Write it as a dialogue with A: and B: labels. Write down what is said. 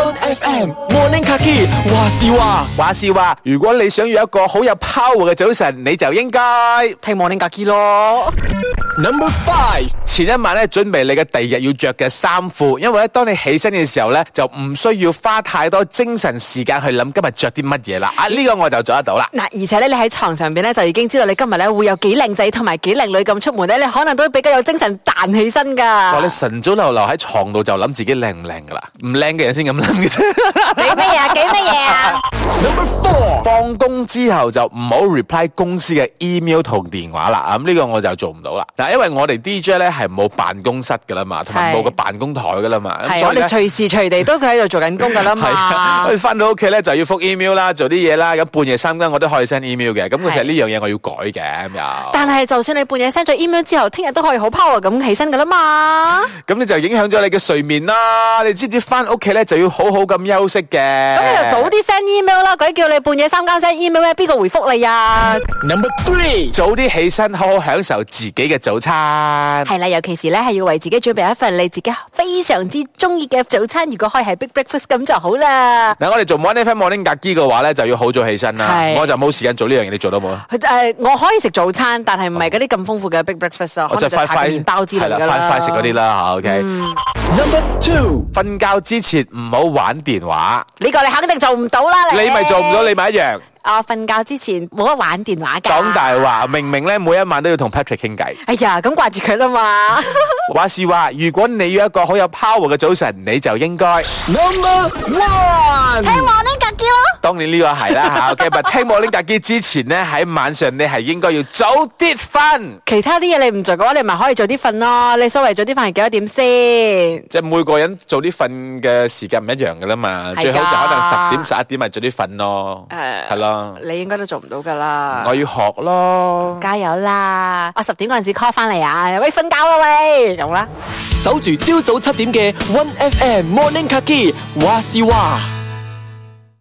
A: M Morning Kaki，哇是哇，
B: 話是話，如果你想要一個好有 power 嘅早晨，你就應該
C: 聽 Morning Kaki 咯。
A: Number Five，
B: 前一晚咧準備你嘅第二日要着嘅衫褲，因為咧當你起身嘅時候咧，就唔需要花太多精神時間去諗今日着啲乜嘢啦。
C: 嗯
B: 啊，呢、個我就做得到啦。
C: 嗱，而且咧，你喺床上邊咧就已經知道你今日咧會有幾靚仔同埋幾靚女咁出門咧，你可能都比較有精神彈起身
B: 我
C: 㗎
B: 哋。晨早流流喺床度就諗自己靚唔靚噶啦，唔靚嘅人先咁諗嘅啫。
C: 幾乜嘢啊？幾乜嘢啊？
A: Number Four，
B: 放工之後就唔好 reply 公司嘅 email 同電話啦，啊咁、呢個我就做唔到啦。嗱，因為我哋 DJ 咧係冇辦公室噶啦嘛，同埋
C: 係
B: 冇個辦公台噶啦嘛，咁
C: 係，啊
B: 所
C: 我
B: 以呢
C: 哋隨時隨地都喺度做緊工㗎啦
B: 係啊，
C: 嘛
B: 我。翻到屋企咧就要覆 email 啦，做啲嘢啦，咁半夜三更我都可以 send email 嘅，咁其實
C: 係
B: 呢樣嘢我要改嘅咁又，
C: 但係就算你半夜 send 咗 email 之後，聽日都可以好 power 咁起身㗎啦嘛。
B: 咁你就影響咗你嘅睡眠啦。你知唔知翻屋企咧就要好好咁休息嘅？
C: 咁你就
B: 咁
C: 早啲 send email 啦，鬼叫你半夜三更 send email 咩？邊個回覆你啊？
A: Number Three，
B: 早啲起身，好好享受自己嘅早餐。
C: 係啦，尤其是咧係要為自己準備一份你自己非常之中意嘅早餐，如果可以係 big breakfast 咁就好啦。
B: 嗱，我哋做 morning fan morning 格機嘅話咧，就要好早起身啦。
C: 係
B: 我就冇時間做呢樣嘢，你做到冇啊？
C: 佢就係我可以食早餐，但係唔係嗰啲咁豐富嘅 big breakfast 啊，
B: 我
C: 可能就
B: 快
C: 搽
B: 快
C: 個麵包之類
B: 哦係啦
C: 㗎啦。嗯
B: 快快食嗰啲啦嚇，OK。
A: Number Two，
B: 瞓覺之前唔好玩電話，
C: 呢個你肯定做唔到啦，你
B: 你咪做唔到，你。咪一樣
C: 我瞓覺之前冇得玩電話㗎。
B: 講大話。明明咧每一晚都要同 Patrick 傾偈。
C: 哎呀，咁掛住佢 啦嘛。
B: 話是話，如果你要一個好有 power 嘅早晨，你就應該
A: Number One，
C: 我呢格叫啊咯。
B: 當然呢個係啦嚇。OK，但聽我拎格機之前呢，喺晚上你係應該要早啲瞓，
C: 其他啲嘢你唔做嘅話，你咪可以早啲瞓咯。你所謂早啲瞓係幾多點先？
B: 即係每個人早啲瞓嘅時間唔一樣噶啦嘛。
C: 㗎
B: 最好就可能十點十一點咪早啲瞓咯，
C: 誒
B: 係咯，
C: 你應該都做唔到㗎啦。
B: 我要學咯。
C: 加油啦！啊我十點嗰陣時 call 翻嚟啊，喂，瞓覺啦喂，咁啦。
A: 守住朝早七點嘅 One FM Morning Kaki，哇是哇。